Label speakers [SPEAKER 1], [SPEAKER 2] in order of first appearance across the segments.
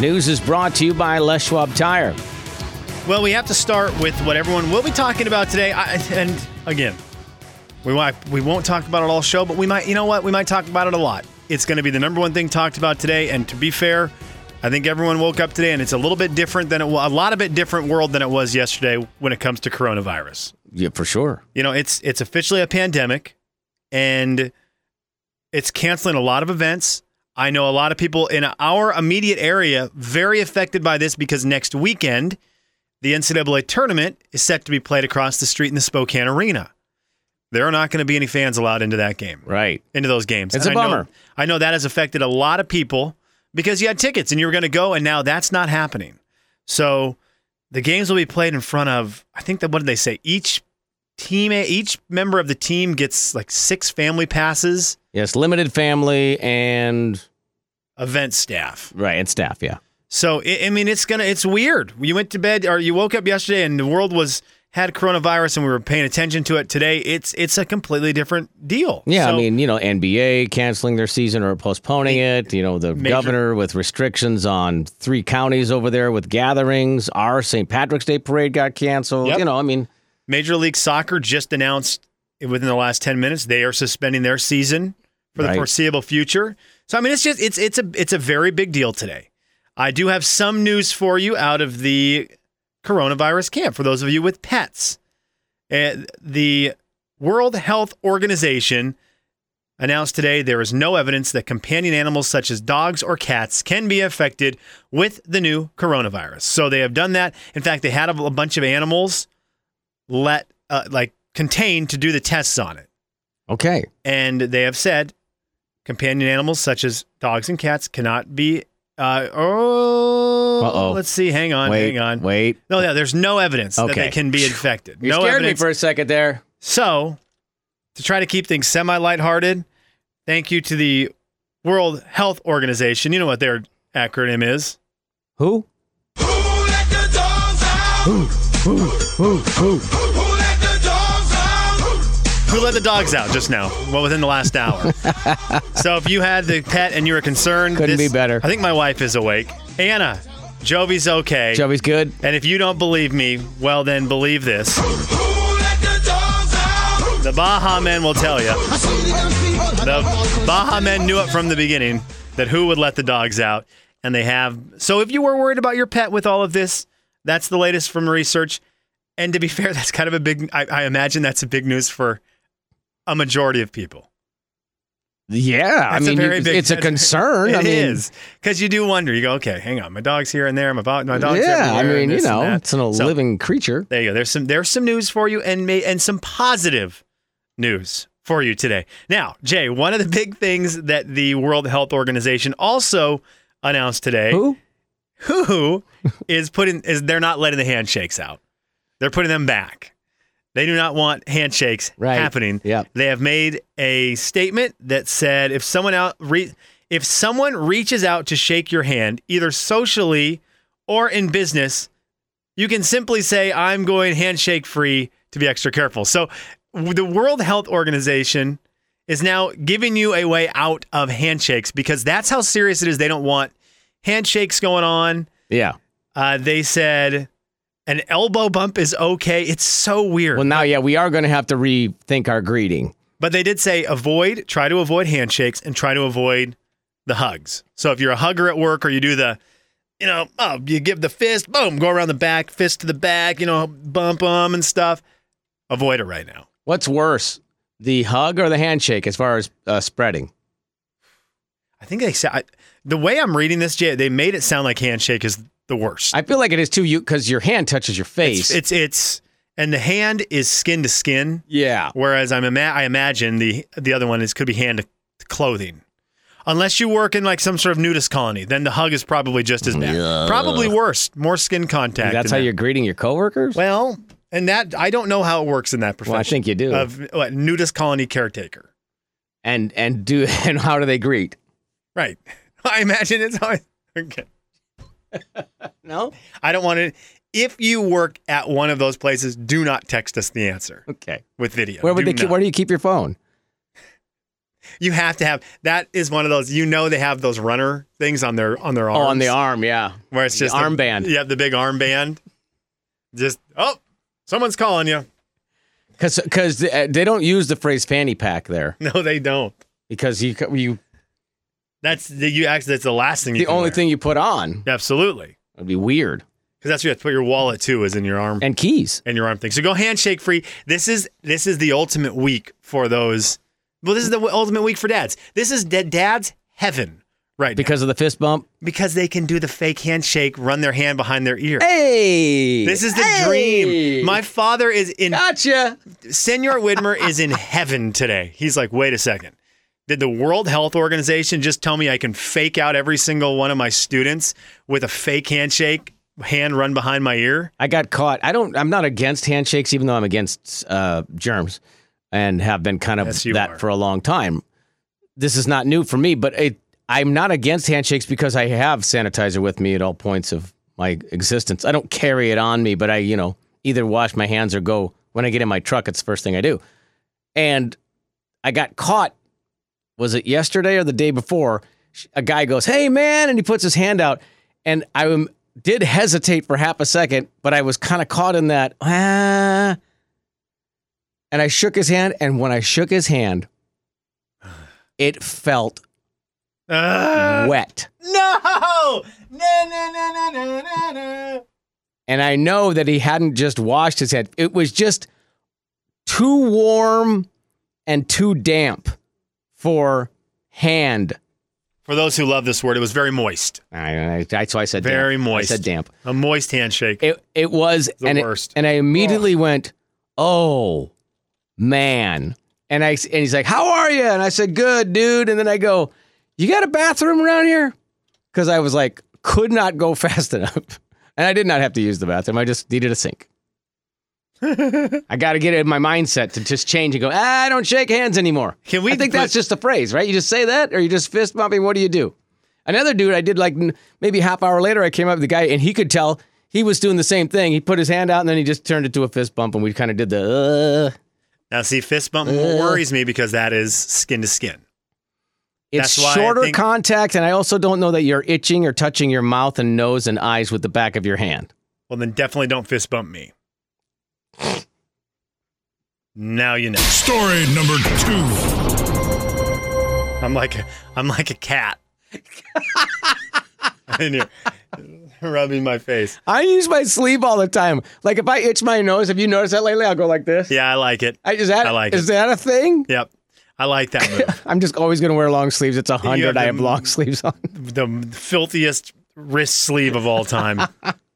[SPEAKER 1] News is brought to you by Les Schwab Tire.
[SPEAKER 2] Well, we have to start with what everyone will be talking about today. I, and again, we might we won't talk about it all show, but we might. You know what? We might talk about it a lot. It's going to be the number one thing talked about today. And to be fair, I think everyone woke up today, and it's a little bit different than it was, a lot of bit different world than it was yesterday when it comes to coronavirus.
[SPEAKER 1] Yeah, for sure.
[SPEAKER 2] You know, it's it's officially a pandemic, and it's canceling a lot of events. I know a lot of people in our immediate area very affected by this because next weekend, the NCAA tournament is set to be played across the street in the Spokane Arena. There are not going to be any fans allowed into that game,
[SPEAKER 1] Right.
[SPEAKER 2] into those games.
[SPEAKER 1] It's a
[SPEAKER 2] I know-
[SPEAKER 1] bummer.
[SPEAKER 2] I know that has affected a lot of people because you had tickets and you were going to go, and now that's not happening. So the games will be played in front of, I think that, what did they say? Each team, each member of the team gets like six family passes,
[SPEAKER 1] Yes, limited family and
[SPEAKER 2] event staff.
[SPEAKER 1] right and staff. Yeah.
[SPEAKER 2] So I I mean, it's gonna it's weird. You went to bed or you woke up yesterday and the world was had coronavirus and we were paying attention to it. Today, it's it's a completely different deal.
[SPEAKER 1] Yeah,
[SPEAKER 2] So
[SPEAKER 1] I mean, you know, NBA canceling their season or postponing it. You know, the
[SPEAKER 2] Major-
[SPEAKER 1] governor with restrictions on three counties over there with gatherings. Our St. Patrick's Day parade got canceled.
[SPEAKER 2] Yep.
[SPEAKER 1] You know, I mean,
[SPEAKER 2] Major League Soccer just announced within the last ten minutes they are suspending their season for the
[SPEAKER 1] Right.
[SPEAKER 2] foreseeable future. So I mean, it's just it's it's a it's a very big deal today. I do have some news for you out of the coronavirus camp for those of you with pets. Uh, the World Health Organization announced today there is no evidence that companion animals such as dogs or cats can be affected with the new coronavirus. So they have done that. In fact, they had a, a bunch of animals let uh, like contained to do the tests on it,
[SPEAKER 1] okay.
[SPEAKER 2] and they have said companion animals such as dogs and cats cannot be. Uh, oh,
[SPEAKER 1] Uh-oh.
[SPEAKER 2] let's see. Hang on,
[SPEAKER 1] wait,
[SPEAKER 2] hang on.
[SPEAKER 1] wait.
[SPEAKER 2] No, yeah, there's no evidence that
[SPEAKER 1] Okay.
[SPEAKER 2] they can be infected.
[SPEAKER 1] You
[SPEAKER 2] no
[SPEAKER 1] scared
[SPEAKER 2] evidence.
[SPEAKER 1] me for a second there.
[SPEAKER 2] So, to try to keep things semi lighthearted, thank you to the World Health Organization. You know what their acronym is.
[SPEAKER 1] Who?
[SPEAKER 3] Who let the dogs out? Who, who, who, who? Who let the dogs out?
[SPEAKER 2] Who let the dogs out just now? Well, within the last hour. so, if you had the pet and you were concerned,
[SPEAKER 1] Couldn't
[SPEAKER 2] this-
[SPEAKER 1] be better.
[SPEAKER 2] I think my wife is awake. Anna, Jovi's okay.
[SPEAKER 1] Chubby's good.
[SPEAKER 2] and if you don't believe me, well, then believe this.
[SPEAKER 3] Who let the dogs out?
[SPEAKER 2] The Baja Men will tell you. The Baja Men knew it from the beginning that who would let the dogs out, and they have. So if you were worried about your pet with all of this, that's the latest from research. And to be fair, that's kind of a big. I, I imagine that's a big news for a majority of people.
[SPEAKER 1] Yeah, I
[SPEAKER 2] That's a
[SPEAKER 1] mean,
[SPEAKER 2] very
[SPEAKER 1] you-
[SPEAKER 2] big-
[SPEAKER 1] it's a concern.
[SPEAKER 2] It
[SPEAKER 1] I mean,
[SPEAKER 2] because you do wonder. You go, okay, hang on, my dog's here and there. My, bo- my dog's
[SPEAKER 1] yeah, I
[SPEAKER 2] everywhere,
[SPEAKER 1] mean,
[SPEAKER 2] and
[SPEAKER 1] you
[SPEAKER 2] this and
[SPEAKER 1] know,
[SPEAKER 2] that."
[SPEAKER 1] it's an a
[SPEAKER 2] So-
[SPEAKER 1] living creature.
[SPEAKER 2] There you go. There's some there's some news for you and may, and some positive news for you today. Now, Jay, one of the big things that the World Health Organization also announced today
[SPEAKER 1] Who?
[SPEAKER 2] who is putting is they're not letting the handshakes out. They're putting them back. They do not want handshakes
[SPEAKER 1] Right.
[SPEAKER 2] happening.
[SPEAKER 1] Yep.
[SPEAKER 2] They have made a statement that said if someone out re, if someone reaches out to shake your hand either socially or in business, you can simply say I'm going handshake free to be extra careful. So w- the World Health Organization is now giving you a way out of handshakes because that's how serious it is. They don't want handshakes going on.
[SPEAKER 1] Yeah.
[SPEAKER 2] Uh, they said an elbow bump is okay. It's so weird.
[SPEAKER 1] Well, now, yeah, we are going to have to rethink our greeting.
[SPEAKER 2] but they did say avoid, try to avoid handshakes and try to avoid the hugs. So if you're a hugger at work or you do the, you know, oh, you give the fist, boom, go around the back, fist to the back, you know, bump them and stuff. Avoid it right now.
[SPEAKER 1] What's worse, the hug or the handshake as far as uh, spreading?
[SPEAKER 2] I think they said I, the way I'm reading this, Jay, they made it sound like handshake is the worst.
[SPEAKER 1] I feel like it is too, you because your hand touches your face.
[SPEAKER 2] it's, it's it's and the hand is skin to skin.
[SPEAKER 1] yeah.
[SPEAKER 2] Whereas I'm ima- I imagine the the other one is could be hand to clothing. Unless you work in like some sort of nudist colony, then the hug is probably just as bad. Probably worse, more skin contact.
[SPEAKER 1] That's
[SPEAKER 2] in
[SPEAKER 1] how
[SPEAKER 2] that.
[SPEAKER 1] you're greeting your coworkers?
[SPEAKER 2] Well, and that I don't know how it works in that profession.
[SPEAKER 1] Well, I think you do.
[SPEAKER 2] of what, nudist colony caretaker.
[SPEAKER 1] and and do and how do they greet?
[SPEAKER 2] Right. I imagine it's always, okay.
[SPEAKER 1] No.
[SPEAKER 2] I don't want to. If you work at one of those places, do not text us the answer
[SPEAKER 1] Okay.
[SPEAKER 2] with video.
[SPEAKER 1] Where would
[SPEAKER 2] Do
[SPEAKER 1] they keep,
[SPEAKER 2] not.
[SPEAKER 1] where do you keep your phone?
[SPEAKER 2] You have to have that is one of those you know they have those runner things on their on their
[SPEAKER 1] Oh,
[SPEAKER 2] arms.
[SPEAKER 1] on the arm, yeah.
[SPEAKER 2] where it's
[SPEAKER 1] the
[SPEAKER 2] just
[SPEAKER 1] armband.
[SPEAKER 2] The, yeah, the big armband. Just oh, someone's calling you.
[SPEAKER 1] Because because they don't use the phrase fanny pack there
[SPEAKER 2] No, they don't.
[SPEAKER 1] because you c- you
[SPEAKER 2] That's the you actually that's the last thing. you
[SPEAKER 1] the
[SPEAKER 2] can
[SPEAKER 1] only
[SPEAKER 2] wear.
[SPEAKER 1] thing you put on
[SPEAKER 2] Absolutely,
[SPEAKER 1] would be weird
[SPEAKER 2] because that's where you have to put your wallet too is in your arm
[SPEAKER 1] and keys.
[SPEAKER 2] and your arm thing. So go handshake free. This is this is the ultimate week for those. Well, this is the ultimate week for dads. This is da- dad's heaven right now
[SPEAKER 1] Because of the fist bump,
[SPEAKER 2] because they can do the fake handshake, run their hand behind their ear.
[SPEAKER 1] hey,
[SPEAKER 2] This is the
[SPEAKER 1] Hey!
[SPEAKER 2] dream. My father is in
[SPEAKER 1] gotcha.
[SPEAKER 2] Senor Widmer is in heaven today. He's like, wait a second. Did the World Health Organization just tell me I can fake out every single one of my students with a fake handshake, hand run behind my ear?
[SPEAKER 1] I got caught. I don't. I'm not against handshakes, even though I'm against uh, germs, and have been kind of
[SPEAKER 2] Yes, you
[SPEAKER 1] that
[SPEAKER 2] are.
[SPEAKER 1] for a long time. This is not new for me, but it, I'm not against handshakes because I have sanitizer with me at all points of my existence. I don't carry it on me, but I, you know, either wash my hands or go when I get in my truck. It's the first thing I do, and I got caught. Was it yesterday or the day before? Sh- A guy goes, "Hey, man!" and he puts his hand out, and I um, did hesitate for half a second, but I was kind of caught in that. Ah, and I shook his hand, and when I shook his hand, it felt
[SPEAKER 2] Uh,
[SPEAKER 1] wet,
[SPEAKER 2] no! No, no, no, no, no, no.
[SPEAKER 1] and I know that he hadn't just washed his head. It was just too warm and too damp for hand.
[SPEAKER 2] For those who love this word, it was very moist.
[SPEAKER 1] I, I, that's why I said
[SPEAKER 2] Very
[SPEAKER 1] damp.
[SPEAKER 2] moist.
[SPEAKER 1] I said damp.
[SPEAKER 2] A moist handshake.
[SPEAKER 1] It it was
[SPEAKER 2] The
[SPEAKER 1] and it-
[SPEAKER 2] worst.
[SPEAKER 1] and I immediately went, "Oh man!" And I and he's like, "How are you?" And I said, "Good, dude." And then I go, "You got a bathroom around here?" Because I was like, could not go fast enough, and I did not have to use the bathroom. I just needed a sink. I got to get it in my mindset to just change and go. Ah, I don't shake hands anymore.
[SPEAKER 2] Can we
[SPEAKER 1] I think
[SPEAKER 2] put-
[SPEAKER 1] that's just a phrase, right? You just say that, or you just fist bumping. What do you do? Another dude, I did like n- maybe half hour later. I came up with the guy, and he could tell he was doing the same thing. He put his hand out, and then he just turned it to a fist bump, and we kind of did the. Uh,
[SPEAKER 2] now, see, fist bump worries me because that is skin to skin.
[SPEAKER 1] it's
[SPEAKER 2] That's why I
[SPEAKER 1] shorter
[SPEAKER 2] think-
[SPEAKER 1] contact, and I also don't know that you're itching or touching your mouth and nose and eyes with the back of your hand.
[SPEAKER 2] Well, then definitely don't fist bump me. Now you know.
[SPEAKER 4] Story number two.
[SPEAKER 2] I'm like a, I'm like a cat. and you're rubbing my face.
[SPEAKER 1] I use my sleeve all the time. Like if I itch my nose, have you noticed that lately? I'll go like this.
[SPEAKER 2] Yeah, I like it.
[SPEAKER 1] I, is that
[SPEAKER 2] I like
[SPEAKER 1] is
[SPEAKER 2] it.
[SPEAKER 1] that a thing?
[SPEAKER 2] Yep. I like that move.
[SPEAKER 1] I'm just always gonna wear long sleeves. It's a hundred.
[SPEAKER 2] have
[SPEAKER 1] I
[SPEAKER 2] the-
[SPEAKER 1] have long sleeves on.
[SPEAKER 2] the filthiest wrist sleeve of all time.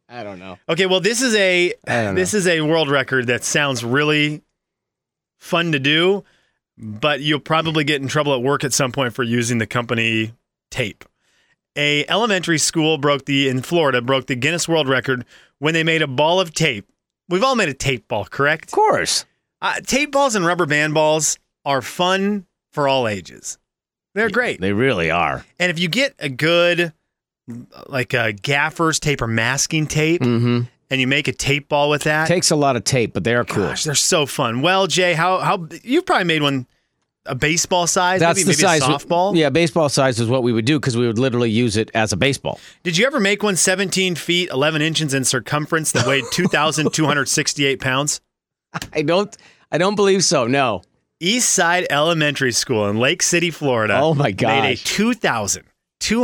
[SPEAKER 1] I don't know.
[SPEAKER 2] Okay, well this is a
[SPEAKER 1] I don't know.
[SPEAKER 2] this is a world record that sounds really fun to do, but you'll probably get in trouble at work at some point for using the company tape. A elementary school broke the in Florida broke the Guinness World Record when they made a ball of tape. We've all made a tape ball, correct?
[SPEAKER 1] Of course.
[SPEAKER 2] Uh, tape balls and rubber band balls are fun for all ages. They're great.
[SPEAKER 1] They really are.
[SPEAKER 2] And if you get a good like a gaffer's tape or masking tape
[SPEAKER 1] Mm-hmm.
[SPEAKER 2] and you make a tape ball with that,
[SPEAKER 1] Takes a lot of tape, but they are cool.
[SPEAKER 2] Gosh, they're so fun. Well, Jay, how how you've probably made one a baseball size,
[SPEAKER 1] That's
[SPEAKER 2] maybe,
[SPEAKER 1] the
[SPEAKER 2] maybe
[SPEAKER 1] size.
[SPEAKER 2] a softball.
[SPEAKER 1] Yeah, baseball size is what we would do because we would literally use it as a baseball.
[SPEAKER 2] Did you ever make one 17 feet 11 inches in circumference that weighed 2,268 pounds?
[SPEAKER 1] I don't. I don't believe so. No.
[SPEAKER 2] East Side Elementary School in Lake City, Florida.
[SPEAKER 1] Oh my
[SPEAKER 2] Made a
[SPEAKER 1] gosh.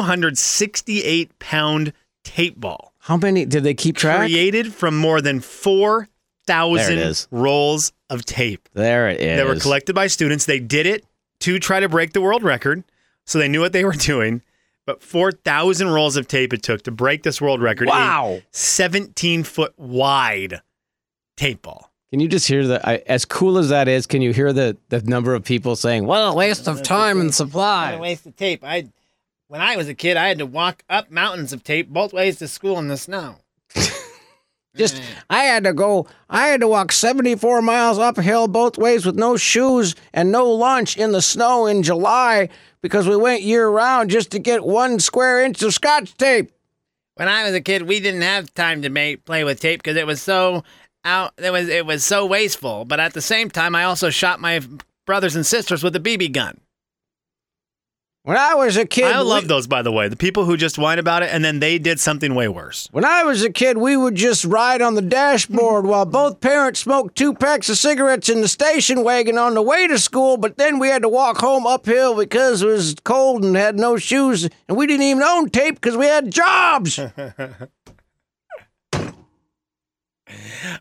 [SPEAKER 2] 2,268 pound tape ball
[SPEAKER 1] How many did they keep track?
[SPEAKER 2] created from more than
[SPEAKER 1] There it
[SPEAKER 2] 4,000
[SPEAKER 1] is.
[SPEAKER 2] rolls of tape.
[SPEAKER 1] there it is.
[SPEAKER 2] They were collected by students. They did it to try to break the world record, so they knew what they were doing. But 4,000 rolls of tape it took to break this world record. a
[SPEAKER 1] Wow.
[SPEAKER 2] 17 foot wide tape ball.
[SPEAKER 1] Can you just hear the? I, as cool as that is, can you hear the the number of people saying, "What a waste of time and
[SPEAKER 5] What a
[SPEAKER 1] supply"?
[SPEAKER 5] waste of tape. I, when I was a kid, I had to walk up mountains of tape both ways to school in the snow.
[SPEAKER 1] Just I had to go. I had to walk seventy four miles uphill both ways with no shoes and no lunch in the snow in July because we went year round just to get one square inch of scotch tape.
[SPEAKER 5] When I was a kid, we didn't have time to make, play with tape because it was so out. It was it was so wasteful. But at the same time, I also shot my brothers and sisters with a BB gun.
[SPEAKER 1] When I was a kid,
[SPEAKER 2] I love
[SPEAKER 1] we-
[SPEAKER 2] those, by the way. The people who just whine about it and then they did something way worse.
[SPEAKER 1] When I was a kid, we would just ride on the dashboard while both parents smoked two packs of cigarettes in the station wagon on the way to school, but then we had to walk home uphill because it was cold and had no shoes, and we didn't even own tape because we had jobs.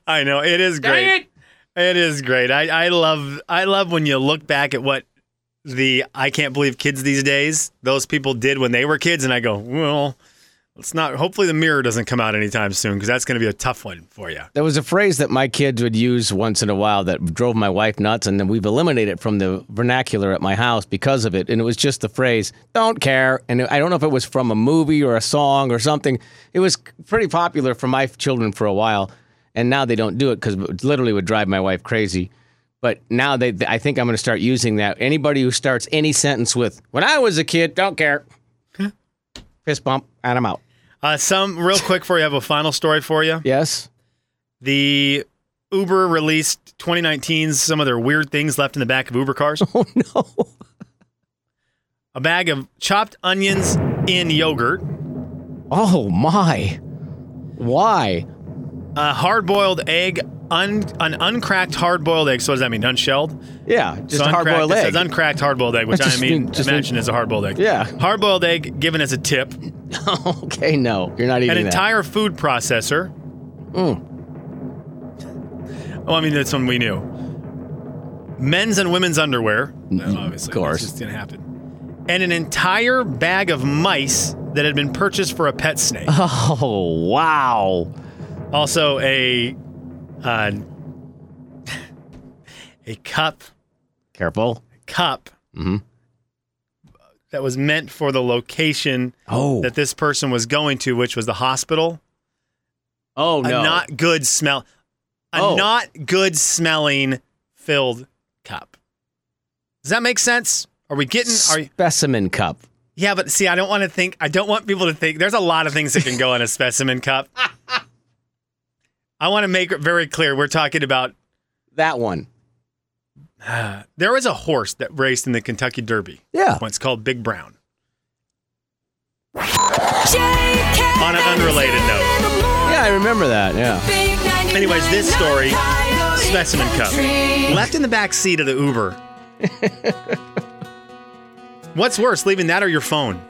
[SPEAKER 2] I know it is great.
[SPEAKER 5] Dang it!
[SPEAKER 2] It is great. I, I love I love when you look back at what the I can't believe kids these days those people did when they were kids, and I go, well, let's not. Hopefully, the mirror doesn't come out anytime soon because that's going to be a tough one for you.
[SPEAKER 1] There was a phrase that my kids would use once in a while that drove my wife nuts, and then we've eliminated it from the vernacular at my house because of it. And it was just the phrase, don't care. And I don't know if it was from a movie or a song or something. It was pretty popular for my children for a while, and now they don't do it because it literally would drive my wife crazy. But now they, I think I'm going to start using that. Anybody who starts any sentence with, when I was a kid, don't care, fist bump, and I'm out.
[SPEAKER 2] Uh, some real quick for you. I have a final story for you.
[SPEAKER 1] Yes?
[SPEAKER 2] The Uber released 2019's some of their weird things left in the back of Uber cars.
[SPEAKER 1] Oh, no.
[SPEAKER 2] a bag of chopped onions in yogurt,
[SPEAKER 1] Oh, my. Why?
[SPEAKER 2] a hard-boiled egg, un- an uncracked hard-boiled egg. So what does that mean? Unshelled.
[SPEAKER 1] Yeah, just
[SPEAKER 2] So
[SPEAKER 1] a hard boiled
[SPEAKER 2] uncracked- It
[SPEAKER 1] egg.
[SPEAKER 2] says uncracked hard boiled egg, which
[SPEAKER 1] That
[SPEAKER 2] I
[SPEAKER 1] just
[SPEAKER 2] mean,
[SPEAKER 1] mean- just
[SPEAKER 2] imagine is a hard boiled egg.
[SPEAKER 1] Yeah.
[SPEAKER 2] Hard boiled egg given as a tip,
[SPEAKER 1] okay, no, you're not eating that.
[SPEAKER 2] an
[SPEAKER 1] Mm.
[SPEAKER 2] entire food processor. Oh, I mean, that's one we knew. Men's and women's underwear. Obviously,
[SPEAKER 1] Mm, course.
[SPEAKER 2] It's going to happen. And an entire bag of mice that had been purchased for a pet snake.
[SPEAKER 1] oh wow!
[SPEAKER 2] Also, a. Uh, a cup
[SPEAKER 1] Careful. Mm-hmm.
[SPEAKER 2] cup that was meant for the location
[SPEAKER 1] Oh,
[SPEAKER 2] that this person was going to, which was the hospital.
[SPEAKER 1] oh no,
[SPEAKER 2] A not good smell. A
[SPEAKER 1] Oh.
[SPEAKER 2] not good smelling filled cup. Does that make sense? Are we getting? Are you,
[SPEAKER 1] specimen cup.
[SPEAKER 2] yeah, but see, I don't want to think. I don't want people to think. There's a lot of things that can go in a specimen cup. I want to make it very clear. We're talking about
[SPEAKER 1] That one.
[SPEAKER 2] there was a horse that raced in the Kentucky Derby.
[SPEAKER 1] Yeah.
[SPEAKER 2] once called Big Brown.
[SPEAKER 6] On an unrelated note.
[SPEAKER 1] Yeah, I remember that. Yeah.
[SPEAKER 6] Anyways, this story, specimen cup.
[SPEAKER 2] Left in the back seat of the Uber. What's worse, leaving that or your phone?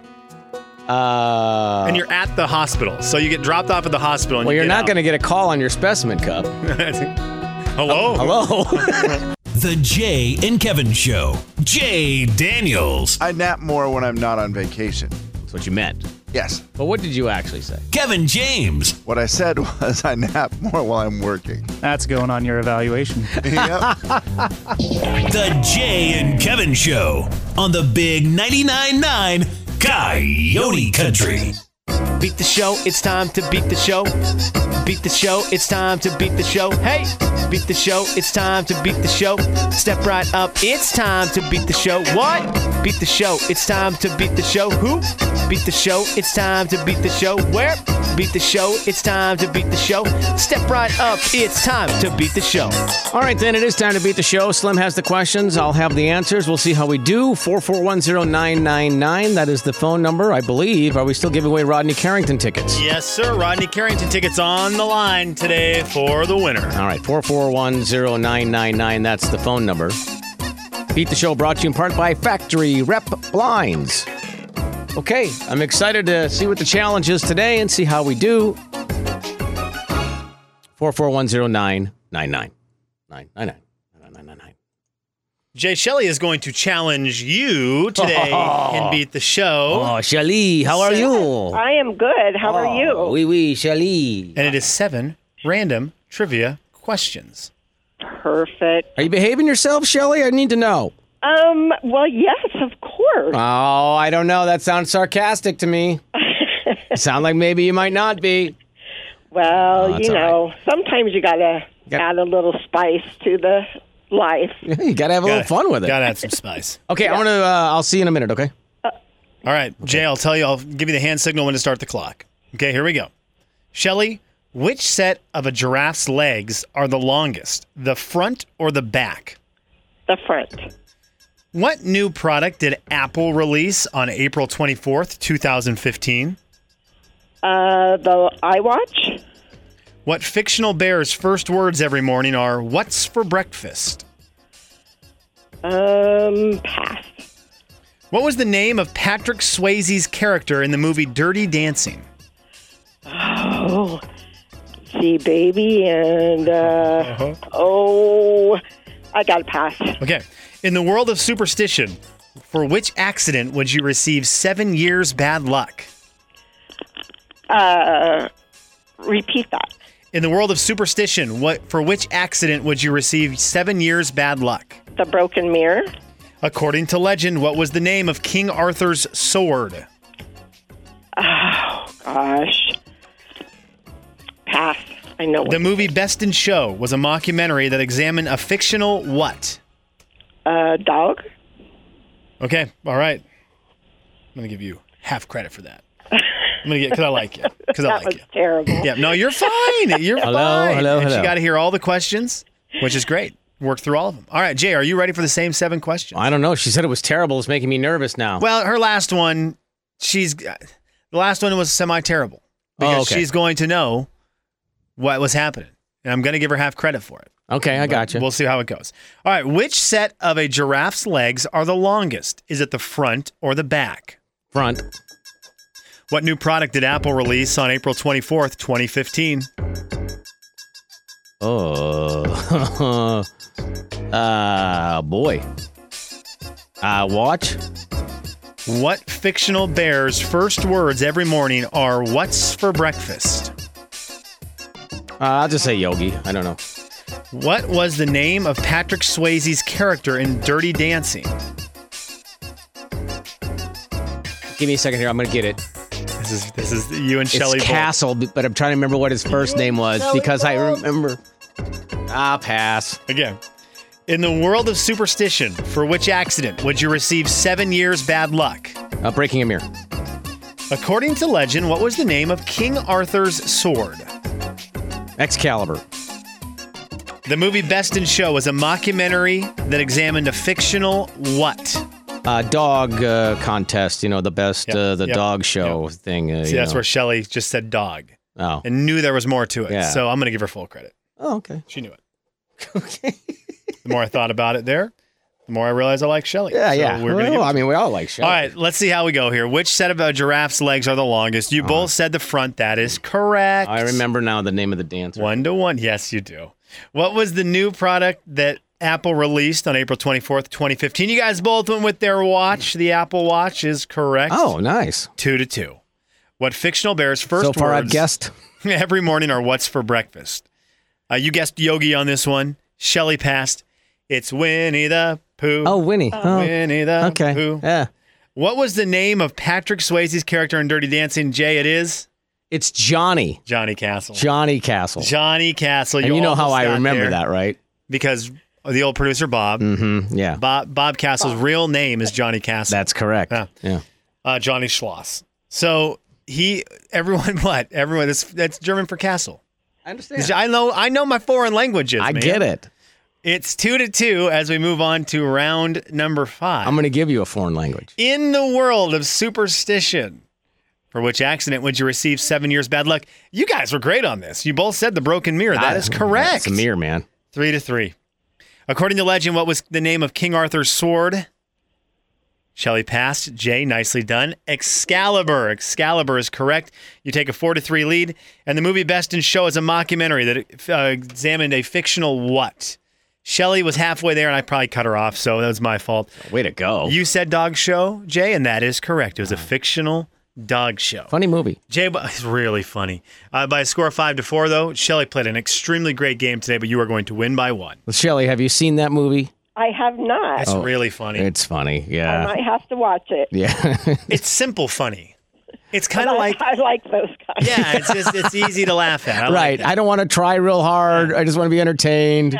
[SPEAKER 1] Uh,
[SPEAKER 2] and you're at the hospital. So you get dropped off at the hospital. And
[SPEAKER 1] well,
[SPEAKER 2] you
[SPEAKER 1] you're
[SPEAKER 2] get
[SPEAKER 1] not
[SPEAKER 2] out.
[SPEAKER 1] going to get a call on your specimen cup. Oh,
[SPEAKER 2] Hello?
[SPEAKER 1] Hello.
[SPEAKER 7] The Jay and Kevin Show. Jay Daniels.
[SPEAKER 8] I nap more when I'm not on vacation.
[SPEAKER 1] That's what you meant.
[SPEAKER 8] Yes.
[SPEAKER 1] But what did you actually say?
[SPEAKER 7] Kevin James.
[SPEAKER 8] What I said was I nap more while I'm working.
[SPEAKER 9] That's going on your evaluation.
[SPEAKER 8] Yep.
[SPEAKER 7] The Jay and Kevin Show on the Big 99.9 9 Coyote Country.
[SPEAKER 5] Beat the show, it's time to beat the show. Beat the show, it's time to beat the show. Hey! Beat the show, it's time to beat the show. Step right up, it's time to beat the show. What? Beat the show, it's time to beat the show. Who? Beat the show, it's time to beat the show. Where? Beat the show, it's time to beat the show. Step right up, it's time to beat the show.
[SPEAKER 1] All right, then it is time to beat the show. Slim has the questions. I'll have the answers. We'll see how we do. 4410999. That is the phone number, I believe. Are we still giving away Rodney Carrington tickets?
[SPEAKER 2] Yes, sir. Rodney Carrington tickets on the line today for the winner.
[SPEAKER 1] All right, 4410999, that's the phone number. Beat the show brought to you in part by Factory Rep Blinds. Okay, I'm excited to see what the challenge is today and see how we do. 4410999. 999. 999.
[SPEAKER 2] Jay Shelley is going to challenge you today and beat the show.
[SPEAKER 1] Oh, Shali, how are you?
[SPEAKER 10] I am good. How are you?
[SPEAKER 1] Oui, oui, Shali.
[SPEAKER 2] And it is seven random trivia questions.
[SPEAKER 1] Oh,
[SPEAKER 10] Perfect.
[SPEAKER 1] Are you behaving yourself, Shelly? I need to know.
[SPEAKER 10] Um, well, yes, of course.
[SPEAKER 1] Oh, I don't know. That sounds sarcastic to me. Sound like maybe you might not be.
[SPEAKER 10] well,
[SPEAKER 1] that's
[SPEAKER 10] you
[SPEAKER 1] all
[SPEAKER 10] know, sometimes you got to
[SPEAKER 1] Yep.
[SPEAKER 10] add a little spice to the life.
[SPEAKER 1] you gotta have a little fun with it.
[SPEAKER 2] Gotta add some spice.
[SPEAKER 1] Okay, I'm gonna. Uh, I'll see you in a minute. Okay.
[SPEAKER 2] All right, Jay, I'll tell you, I'll give you the hand signal when to start the clock. Okay, here we go. Shelly, which set of a giraffe's legs are the longest, the front or the back?
[SPEAKER 10] The front.
[SPEAKER 2] What new product did Apple release on April 24th, 2015?
[SPEAKER 10] Uh, the iWatch.
[SPEAKER 2] What fictional bear's first words every morning are, What's for breakfast?
[SPEAKER 10] Um, pass.
[SPEAKER 2] What was the name of Patrick Swayze's character in the movie Dirty Dancing?
[SPEAKER 10] Oh, see, baby, and uh,
[SPEAKER 2] Uh-huh.
[SPEAKER 10] oh, I got to pass.
[SPEAKER 2] Okay. In the world of superstition, for which accident would you receive seven years bad luck?
[SPEAKER 10] Uh, repeat that.
[SPEAKER 2] In the world of superstition, what for which accident would you receive seven years bad luck?
[SPEAKER 10] The broken mirror.
[SPEAKER 2] According to legend, what was the name of King Arthur's sword?
[SPEAKER 10] Gosh, pass. I know.
[SPEAKER 2] The
[SPEAKER 10] it.
[SPEAKER 2] movie Best in Show was a mockumentary that examined a fictional what?
[SPEAKER 10] uh, dog.
[SPEAKER 2] Okay, all right. I'm gonna give you half credit for that. I'm gonna get because I like you. Because I
[SPEAKER 10] That
[SPEAKER 2] like
[SPEAKER 10] was
[SPEAKER 2] you.
[SPEAKER 10] terrible.
[SPEAKER 2] Yeah, no, you're fine. You're
[SPEAKER 1] Hello,
[SPEAKER 2] fine.
[SPEAKER 1] hello,
[SPEAKER 2] and She
[SPEAKER 1] hello.
[SPEAKER 2] got to hear all the questions, which is great. Worked through all of them. All right, Jay, are you ready for the same seven questions?
[SPEAKER 1] I don't know. She said it was terrible. It's making me nervous now.
[SPEAKER 2] Well, her last one, she's uh, the last one was semi terrible because
[SPEAKER 1] Oh, okay.
[SPEAKER 2] she's going to know what was happening, and I'm going to give her half credit for it.
[SPEAKER 1] okay, I got gotcha. you.
[SPEAKER 2] We'll see how it goes. All right, which set of a giraffe's legs are the longest? Is it the front or the back?
[SPEAKER 1] Front.
[SPEAKER 2] What new product did Apple release on April 24th, 2015?
[SPEAKER 1] Oh. uh, boy. Uh, watch.
[SPEAKER 2] What fictional bear's first words every morning are what's for breakfast?
[SPEAKER 1] Uh, I'll just say Yogi. I don't know.
[SPEAKER 2] What was the name of Patrick Swayze's character in Dirty Dancing?
[SPEAKER 1] Give me a second here. I'm going to get it.
[SPEAKER 2] This is this is you and
[SPEAKER 1] It's
[SPEAKER 2] Shelly Bolt.
[SPEAKER 1] Castle, b- but I'm trying to remember what his first name was because I remember. Ah, pass.
[SPEAKER 2] again. In the world of superstition, for which accident would you receive seven years bad luck?
[SPEAKER 1] Uh, breaking a mirror.
[SPEAKER 2] According to legend, what was the name of King Arthur's sword?
[SPEAKER 1] Excalibur.
[SPEAKER 2] The movie Best in Show was a mockumentary that examined a fictional what?
[SPEAKER 1] Uh, dog uh, contest. You know the best.
[SPEAKER 2] Yep,
[SPEAKER 1] Uh, the
[SPEAKER 2] yep,
[SPEAKER 1] dog show thing. Uh,
[SPEAKER 2] See,
[SPEAKER 1] you
[SPEAKER 2] that's
[SPEAKER 1] know.
[SPEAKER 2] where Shelly just said dog
[SPEAKER 1] Oh.
[SPEAKER 2] and knew there was more to it.
[SPEAKER 1] Yeah.
[SPEAKER 2] So I'm going to give her full credit.
[SPEAKER 1] oh, okay.
[SPEAKER 2] She knew it. okay. the more I thought about it there, the more I realized I like Shelly.
[SPEAKER 1] Yeah, yeah.
[SPEAKER 2] We're gonna
[SPEAKER 1] Well,
[SPEAKER 2] give-
[SPEAKER 1] I mean, we all like show.
[SPEAKER 2] All right, let's see how we go here. Which set of a giraffe's legs are the longest? You both said the front. That is correct.
[SPEAKER 1] Uh-huh. I remember now the name of the dancer.
[SPEAKER 2] One to one. Yes, you do. What was the new product that Apple released on April 24th, 2015? You guys both went with their watch. The Apple Watch is correct.
[SPEAKER 1] Oh, nice.
[SPEAKER 2] Two to two. What fictional bear's first
[SPEAKER 1] so far, I've
[SPEAKER 2] words
[SPEAKER 1] guessed.
[SPEAKER 2] every morning are what's for breakfast? Uh, you guessed Yogi on this one. Shelly passed. It's Winnie the Pooh.
[SPEAKER 1] Oh, Winnie. Oh,
[SPEAKER 2] Winnie the
[SPEAKER 1] okay.
[SPEAKER 2] Pooh.
[SPEAKER 1] Yeah.
[SPEAKER 2] What was the name of Patrick Swayze's character in Dirty Dancing? Jay, it is
[SPEAKER 1] It's Johnny.
[SPEAKER 2] Johnny Castle.
[SPEAKER 1] Johnny Castle.
[SPEAKER 2] Johnny Castle.
[SPEAKER 1] and you know how
[SPEAKER 2] almost
[SPEAKER 1] I
[SPEAKER 2] got
[SPEAKER 1] remember
[SPEAKER 2] there.
[SPEAKER 1] that, right?
[SPEAKER 2] because the old producer Bob,
[SPEAKER 1] Mm-hmm. Yeah.
[SPEAKER 2] Bob, Bob Castle's real name is Johnny Castle,
[SPEAKER 1] That's correct.
[SPEAKER 2] Yeah.
[SPEAKER 1] Yeah.
[SPEAKER 2] uh, Johnny Schloss. So he, everyone, what everyone? That's that's German for castle.
[SPEAKER 1] I understand.
[SPEAKER 2] I know, I know my foreign languages.
[SPEAKER 1] I
[SPEAKER 2] man.
[SPEAKER 1] get it.
[SPEAKER 2] It's two to two as we move on to round number 5
[SPEAKER 1] I'm going to give you a foreign language.
[SPEAKER 2] In the world of superstition, for which accident would you receive seven years bad luck? You guys were great on this. You both said the broken mirror. That is correct.
[SPEAKER 1] It's a mirror, man.
[SPEAKER 2] Three to three. According to legend, what was the name of King Arthur's sword? Shelley passed. Jay, nicely done. Excalibur. Excalibur is correct. You take a four to three lead. And the movie Best in Show is a mockumentary that uh, examined a fictional what? Shelley was halfway there, and I probably cut her off, so that was my fault.
[SPEAKER 1] Way to go.
[SPEAKER 2] You said dog show, Jay, and that is correct. It was a fictional dog show.
[SPEAKER 1] Funny movie.
[SPEAKER 2] Jay, but it's really funny. Uh, by a score of five to four, though, Shelley played an extremely great game today, but you are going to win by one.
[SPEAKER 1] Well, Shelley, have you seen that movie?
[SPEAKER 10] I have not.
[SPEAKER 2] It's
[SPEAKER 1] Oh,
[SPEAKER 2] really funny. It's,
[SPEAKER 1] It's funny.
[SPEAKER 10] I
[SPEAKER 1] Yeah.
[SPEAKER 10] might have to watch it.
[SPEAKER 1] Yeah.
[SPEAKER 2] simple funny. It's kind of
[SPEAKER 10] I,
[SPEAKER 2] like
[SPEAKER 10] I like those guys.
[SPEAKER 2] yeah, it's just it's easy to laugh at. I like
[SPEAKER 1] right.
[SPEAKER 2] it.
[SPEAKER 1] I don't want to try real hard. I just want to be entertained.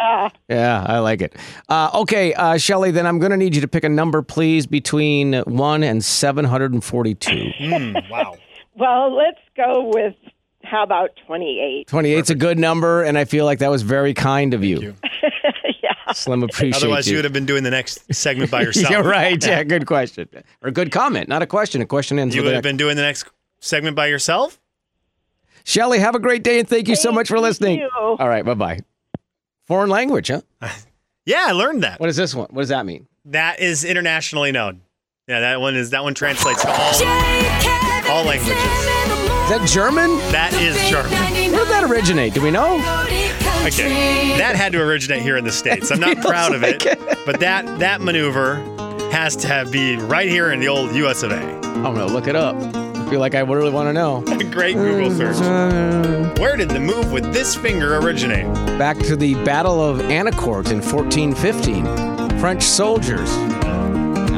[SPEAKER 1] Yeah. I like it. Uh, okay, uh, Shelly, then I'm going to need you to pick a number, please, between 1 and 742.
[SPEAKER 2] Mm, wow.
[SPEAKER 10] Well, let's go with how about 28?
[SPEAKER 1] 28's a good number, and I feel like that was very kind of you.
[SPEAKER 10] yeah.
[SPEAKER 1] Slim, appreciate
[SPEAKER 2] Otherwise, you
[SPEAKER 1] you.
[SPEAKER 2] would have been doing the next segment by yourself.
[SPEAKER 1] You're right. Yeah, good question. Or good comment. Not a question. A question ends
[SPEAKER 2] You
[SPEAKER 1] with
[SPEAKER 2] would
[SPEAKER 1] an
[SPEAKER 2] have been doing the next segment by yourself.
[SPEAKER 1] Shelly, have a great day and thank you so much for listening.
[SPEAKER 10] you.
[SPEAKER 1] All right, bye bye. Foreign language, huh?
[SPEAKER 2] Yeah, I learned that.
[SPEAKER 1] What is this one? What does that mean?
[SPEAKER 2] That is internationally known. Yeah, that one is that one translates to all.
[SPEAKER 6] All
[SPEAKER 2] languages.
[SPEAKER 1] Is that German?
[SPEAKER 2] That is German.
[SPEAKER 1] Where did that originate? Do we know?
[SPEAKER 2] Okay, that had to originate here in the states. I'm not
[SPEAKER 1] Feels
[SPEAKER 2] proud of it,
[SPEAKER 1] like it.
[SPEAKER 2] but that that maneuver has to have be right here in the old U.S. of A.
[SPEAKER 1] I'm gonna look it up. I feel like I really want to know. Uh,
[SPEAKER 2] Great Google
[SPEAKER 1] Mm-hmm.
[SPEAKER 2] search. Where did the move with this finger originate?
[SPEAKER 1] Back to the Battle of Anacourt in 1415. French soldiers.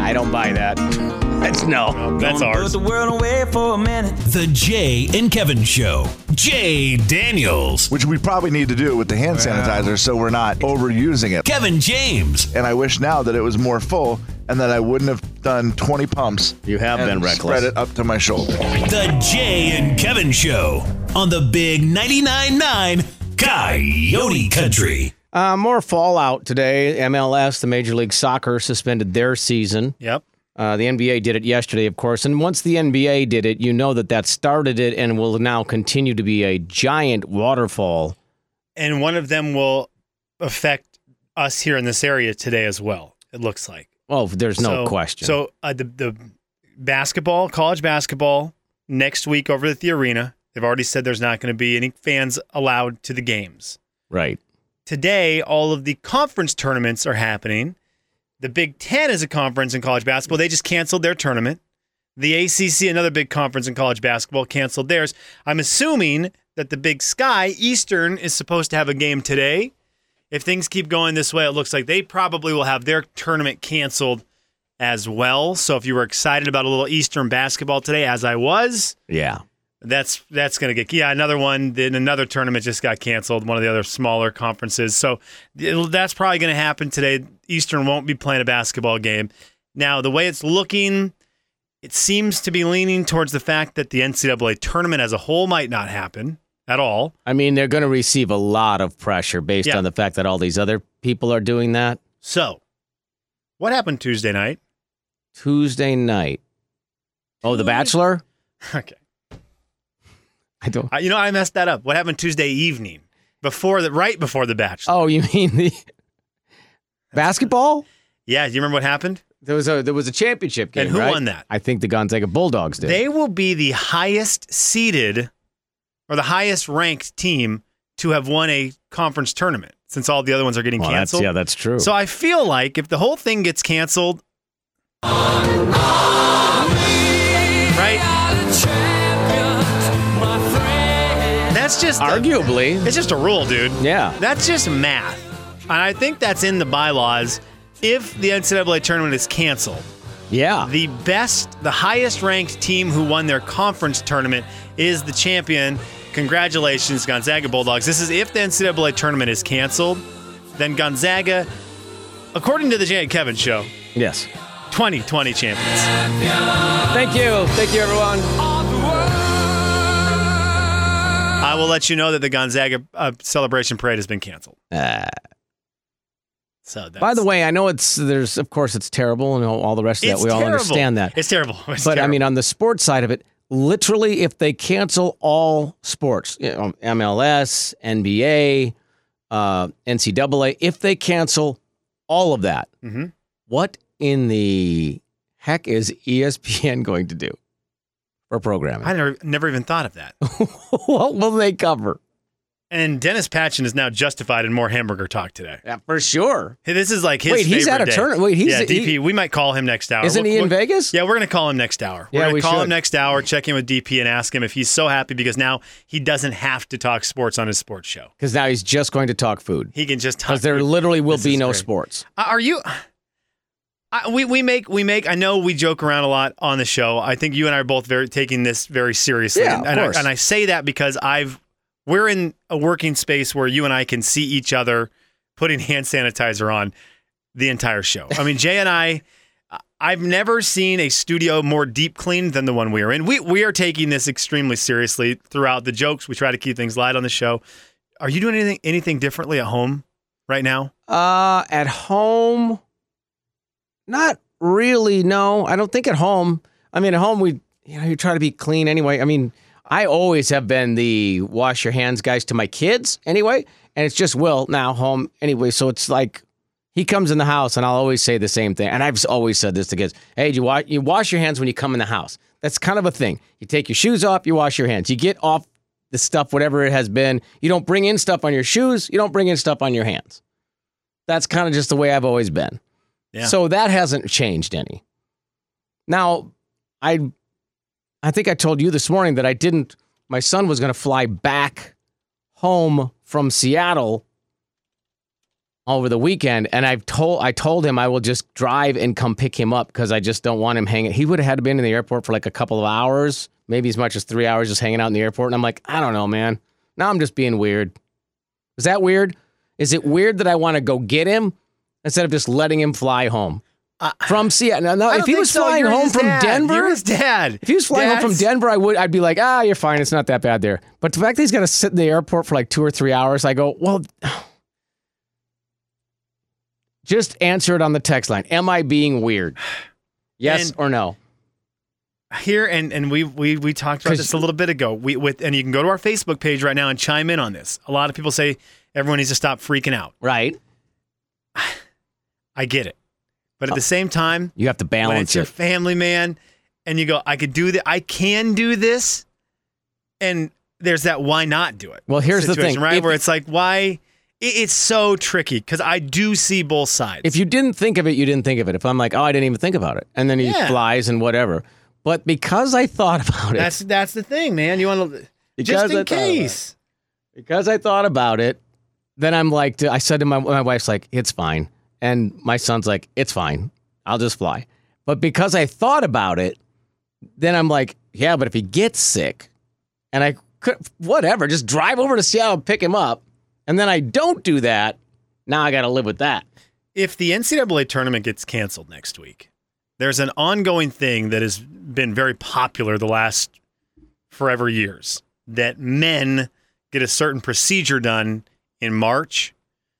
[SPEAKER 1] I don't buy that. That's no.
[SPEAKER 2] That's ours.
[SPEAKER 7] The Jay and Kevin Show. Jay Daniels,
[SPEAKER 8] Which we probably need to do with the hand sanitizer so we're not overusing it.
[SPEAKER 7] Kevin James,
[SPEAKER 8] And I wish now that it was more full and that I wouldn't have done 20 pumps.
[SPEAKER 1] You have
[SPEAKER 8] and
[SPEAKER 1] been reckless.
[SPEAKER 8] Spread it up to my shoulder.
[SPEAKER 7] The Jay and Kevin Show on the Big 99.9 9 Coyote Country.
[SPEAKER 1] Uh, more fallout today. MLS, the Major League Soccer, suspended their season.
[SPEAKER 2] Yep.
[SPEAKER 1] Uh, the NBA did it yesterday, of course. And once the NBA did it, you know that that started it and will now continue to be a giant waterfall.
[SPEAKER 2] And one of them will affect us here in this area today as well. It looks like.
[SPEAKER 1] Well, there's no
[SPEAKER 2] so,
[SPEAKER 1] question.
[SPEAKER 2] So uh, the the basketball, college basketball, next week over at the arena. They've already said there's not going to be any fans allowed to the games.
[SPEAKER 1] right.
[SPEAKER 2] Today, all of the conference tournaments are happening. The Big Ten is a conference in college basketball. They just canceled their tournament. The ACC, another big conference in college basketball, canceled theirs. I'm assuming that the Big Sky, Eastern, is supposed to have a game today. If things keep going this way, it looks like they probably will have their tournament canceled as well. So if you were excited about a little Eastern basketball today, as I was,
[SPEAKER 1] Yeah.
[SPEAKER 2] that's that's going to get yeah another one. Then another tournament just got canceled. One of the other smaller conferences. So it'll- that's probably going to happen today. Eastern won't be playing a basketball game. Now the way it's looking, it seems to be leaning towards the fact that the NCAA tournament as a whole might not happen at all.
[SPEAKER 1] I mean, they're going to receive a lot of pressure based
[SPEAKER 2] Yeah.
[SPEAKER 1] on the fact that all these other people are doing that.
[SPEAKER 2] So what happened Tuesday night?
[SPEAKER 1] Tuesday night. Oh, The Bachelor?
[SPEAKER 2] Okay.
[SPEAKER 1] I don't.
[SPEAKER 2] I, you know, I messed that up. What happened Tuesday evening? Before the right before the Bachelor.
[SPEAKER 1] Oh, you mean the basketball?
[SPEAKER 2] Yeah, you remember what happened?
[SPEAKER 1] There was a there was a championship game.
[SPEAKER 2] And who
[SPEAKER 1] right?
[SPEAKER 2] won that?
[SPEAKER 1] I think the Gonzaga Bulldogs did.
[SPEAKER 2] They will be the highest seeded or the highest ranked team to have won a conference tournament since all the other ones are getting
[SPEAKER 1] Well, that's,
[SPEAKER 2] canceled.
[SPEAKER 1] yeah, that's true.
[SPEAKER 2] so I feel like if the whole thing gets canceled, right? That's just
[SPEAKER 1] Arguably,
[SPEAKER 2] It's just a rule, dude.
[SPEAKER 1] yeah.
[SPEAKER 2] That's just math. And I think that's in the bylaws. If the NCAA tournament is canceled,
[SPEAKER 1] Yeah.
[SPEAKER 2] the best, the highest ranked team who won their conference tournament is the champion. Congratulations, Gonzaga Bulldogs. This is if the NCAA tournament is canceled, then Gonzaga, according to the Janet Kevin show,
[SPEAKER 1] Yes.
[SPEAKER 2] 2020 champions.
[SPEAKER 1] Thank you. Thank you, everyone.
[SPEAKER 2] I will let you know that the Gonzaga uh, celebration parade has been canceled. so that's,
[SPEAKER 1] Uh, By the way, I know it's there's of course it's terrible and all, all the rest of
[SPEAKER 2] it's
[SPEAKER 1] that. We
[SPEAKER 2] terrible.
[SPEAKER 1] all understand that.
[SPEAKER 2] It's terrible. It's
[SPEAKER 1] but I
[SPEAKER 2] terrible.
[SPEAKER 1] mean, on the sports side of it, literally, if they cancel all sports, you know, MLS, NBA, uh, NCAA, if they cancel all of that,
[SPEAKER 2] Mhm.
[SPEAKER 1] what in the heck is E ESPN going to do for programming?
[SPEAKER 2] I never, never even thought of that.
[SPEAKER 1] what will they cover?
[SPEAKER 2] And Dennis Patchen is now justified in more hamburger talk today.
[SPEAKER 1] Yeah, for sure.
[SPEAKER 2] Hey, this is like his.
[SPEAKER 1] Wait, he's
[SPEAKER 2] favorite
[SPEAKER 1] at a
[SPEAKER 2] day.
[SPEAKER 1] tourna- wait, he's-
[SPEAKER 2] yeah.
[SPEAKER 1] he-
[SPEAKER 2] DP, we might call him next hour.
[SPEAKER 1] Isn't
[SPEAKER 2] We'll-
[SPEAKER 1] he in
[SPEAKER 2] we'll-
[SPEAKER 1] Vegas?
[SPEAKER 2] Uh, Yeah, we're gonna call him next hour. We're
[SPEAKER 1] Yeah,
[SPEAKER 2] gonna
[SPEAKER 1] we
[SPEAKER 2] call him
[SPEAKER 1] should.
[SPEAKER 2] next hour, check in with DP, and ask him if he's so happy because now he doesn't have to talk sports on his sports show.
[SPEAKER 1] Because now he's just going to talk food.
[SPEAKER 2] He can just talk.
[SPEAKER 1] Because there literally will
[SPEAKER 2] Uh, This
[SPEAKER 1] be
[SPEAKER 2] is
[SPEAKER 1] no
[SPEAKER 2] great.
[SPEAKER 1] sports.
[SPEAKER 2] Uh, Are you? I, we we make we make. I know we joke around a lot on the show. I think you and I are both very taking this very seriously.
[SPEAKER 1] Yeah,
[SPEAKER 2] and,
[SPEAKER 1] of
[SPEAKER 2] and I,
[SPEAKER 1] course.
[SPEAKER 2] and I say that because I've we're in a working space where you and I can see each other putting hand sanitizer on the entire show. I mean, Jay and I. I've never seen a studio more deep cleaned than the one we are in. We we are taking this extremely seriously throughout the jokes. We try to keep things light on the show. Are you doing anything anything differently at home? right now?
[SPEAKER 1] Uh, at home, not really. No, I don't think at home. I mean, at home we, you know, you try to be clean anyway. I mean, I always have been the wash your hands guys to my kids anyway, and it's just Will now home anyway. So it's like he comes in the house, and I'll always say the same thing. And I've always said this to kids: Hey, you wash you wash your hands when you come in the house. That's kind of a thing. You take your shoes off, you wash your hands. You get off the stuff, whatever it has been. You don't bring in stuff on your shoes. You don't bring in stuff on your hands. That's kind of just the way I've always been.
[SPEAKER 2] Yeah.
[SPEAKER 1] So that hasn't changed any. Now, I I think I told you this morning that I didn't my son was going to fly back home from Seattle over the weekend and I've told I told him I will just drive and come pick him up cuz I just don't want him hanging. He would have had to been in the airport for like a couple of hours, maybe as much as 3 hours just hanging out in the airport and I'm like, I don't know, man. Now I'm just being weird. Is that weird? Is it weird that I want to go get him instead of just letting him fly home from Seattle? No, no,
[SPEAKER 2] I
[SPEAKER 1] if
[SPEAKER 2] don't
[SPEAKER 1] he
[SPEAKER 2] think
[SPEAKER 1] was
[SPEAKER 2] so.
[SPEAKER 1] flying
[SPEAKER 2] You're
[SPEAKER 1] home
[SPEAKER 2] his
[SPEAKER 1] from
[SPEAKER 2] dad.
[SPEAKER 1] Denver,
[SPEAKER 2] You're his dad.
[SPEAKER 1] if he was flying home from
[SPEAKER 2] That's-
[SPEAKER 1] Denver, I would. I'd be like, ah, you're fine. It's not that bad there. But the fact that he's got to sit in the airport for like two or three hours, I go, well, just answer it on the text line. Am I being weird? Yes
[SPEAKER 2] And-
[SPEAKER 1] or no?
[SPEAKER 2] here and and we we we talked about
[SPEAKER 1] 'Cause-
[SPEAKER 2] this a little bit ago. We with and you can go to our Facebook page right now and chime in on this. A lot of people say everyone needs to stop freaking out.
[SPEAKER 1] Right.
[SPEAKER 2] I get it, but at the same time,
[SPEAKER 1] You have to
[SPEAKER 2] when
[SPEAKER 1] balance
[SPEAKER 2] it's your
[SPEAKER 1] it.
[SPEAKER 2] family, man, and you go, I could do that. I can do this, and there's that why not do it?
[SPEAKER 1] Well, here's the
[SPEAKER 2] situation,
[SPEAKER 1] thing.
[SPEAKER 2] right?
[SPEAKER 1] If-
[SPEAKER 2] Where it's like why it, it's so tricky because I do see both sides.
[SPEAKER 1] If you didn't think of it, you didn't think of it. If I'm like, oh, I didn't even think about it, and then he
[SPEAKER 2] Yeah.
[SPEAKER 1] flies and whatever. But because I thought about it,
[SPEAKER 2] that's that's the thing, man. You want to
[SPEAKER 1] Because
[SPEAKER 2] just
[SPEAKER 1] I
[SPEAKER 2] in
[SPEAKER 1] thought about it.
[SPEAKER 2] case.
[SPEAKER 1] because I thought about it, then I'm like, I said to my my wife's like, it's fine, and my son's like, it's fine, I'll just fly. But because I thought about it, then I'm like, yeah, but if he gets sick, and I could whatever, just drive over to Seattle, pick him up, and then I don't do that. Now I got to live with that.
[SPEAKER 2] if the NCAA tournament gets canceled next week, there's an ongoing thing that has been very popular the last forever years that men get a certain procedure done in March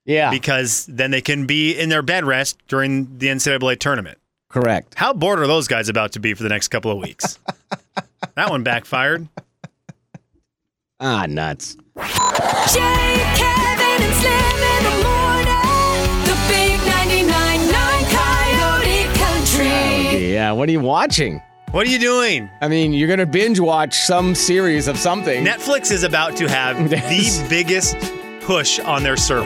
[SPEAKER 1] Yeah,
[SPEAKER 2] because then they can be in their bed rest during the NCAA tournament.
[SPEAKER 1] correct.
[SPEAKER 2] How bored are those guys about to be for the next couple of weeks? that one backfired.
[SPEAKER 1] Ah, nuts.
[SPEAKER 6] Jay, Kevin, and Slim in the morning. The big 99.9 Coyote Country.
[SPEAKER 1] Yeah, what are you watching?
[SPEAKER 2] What are you doing?
[SPEAKER 1] I mean, you're gonna binge watch some series of something.
[SPEAKER 2] Netflix is about to have
[SPEAKER 1] Yes.
[SPEAKER 2] the biggest push on their service.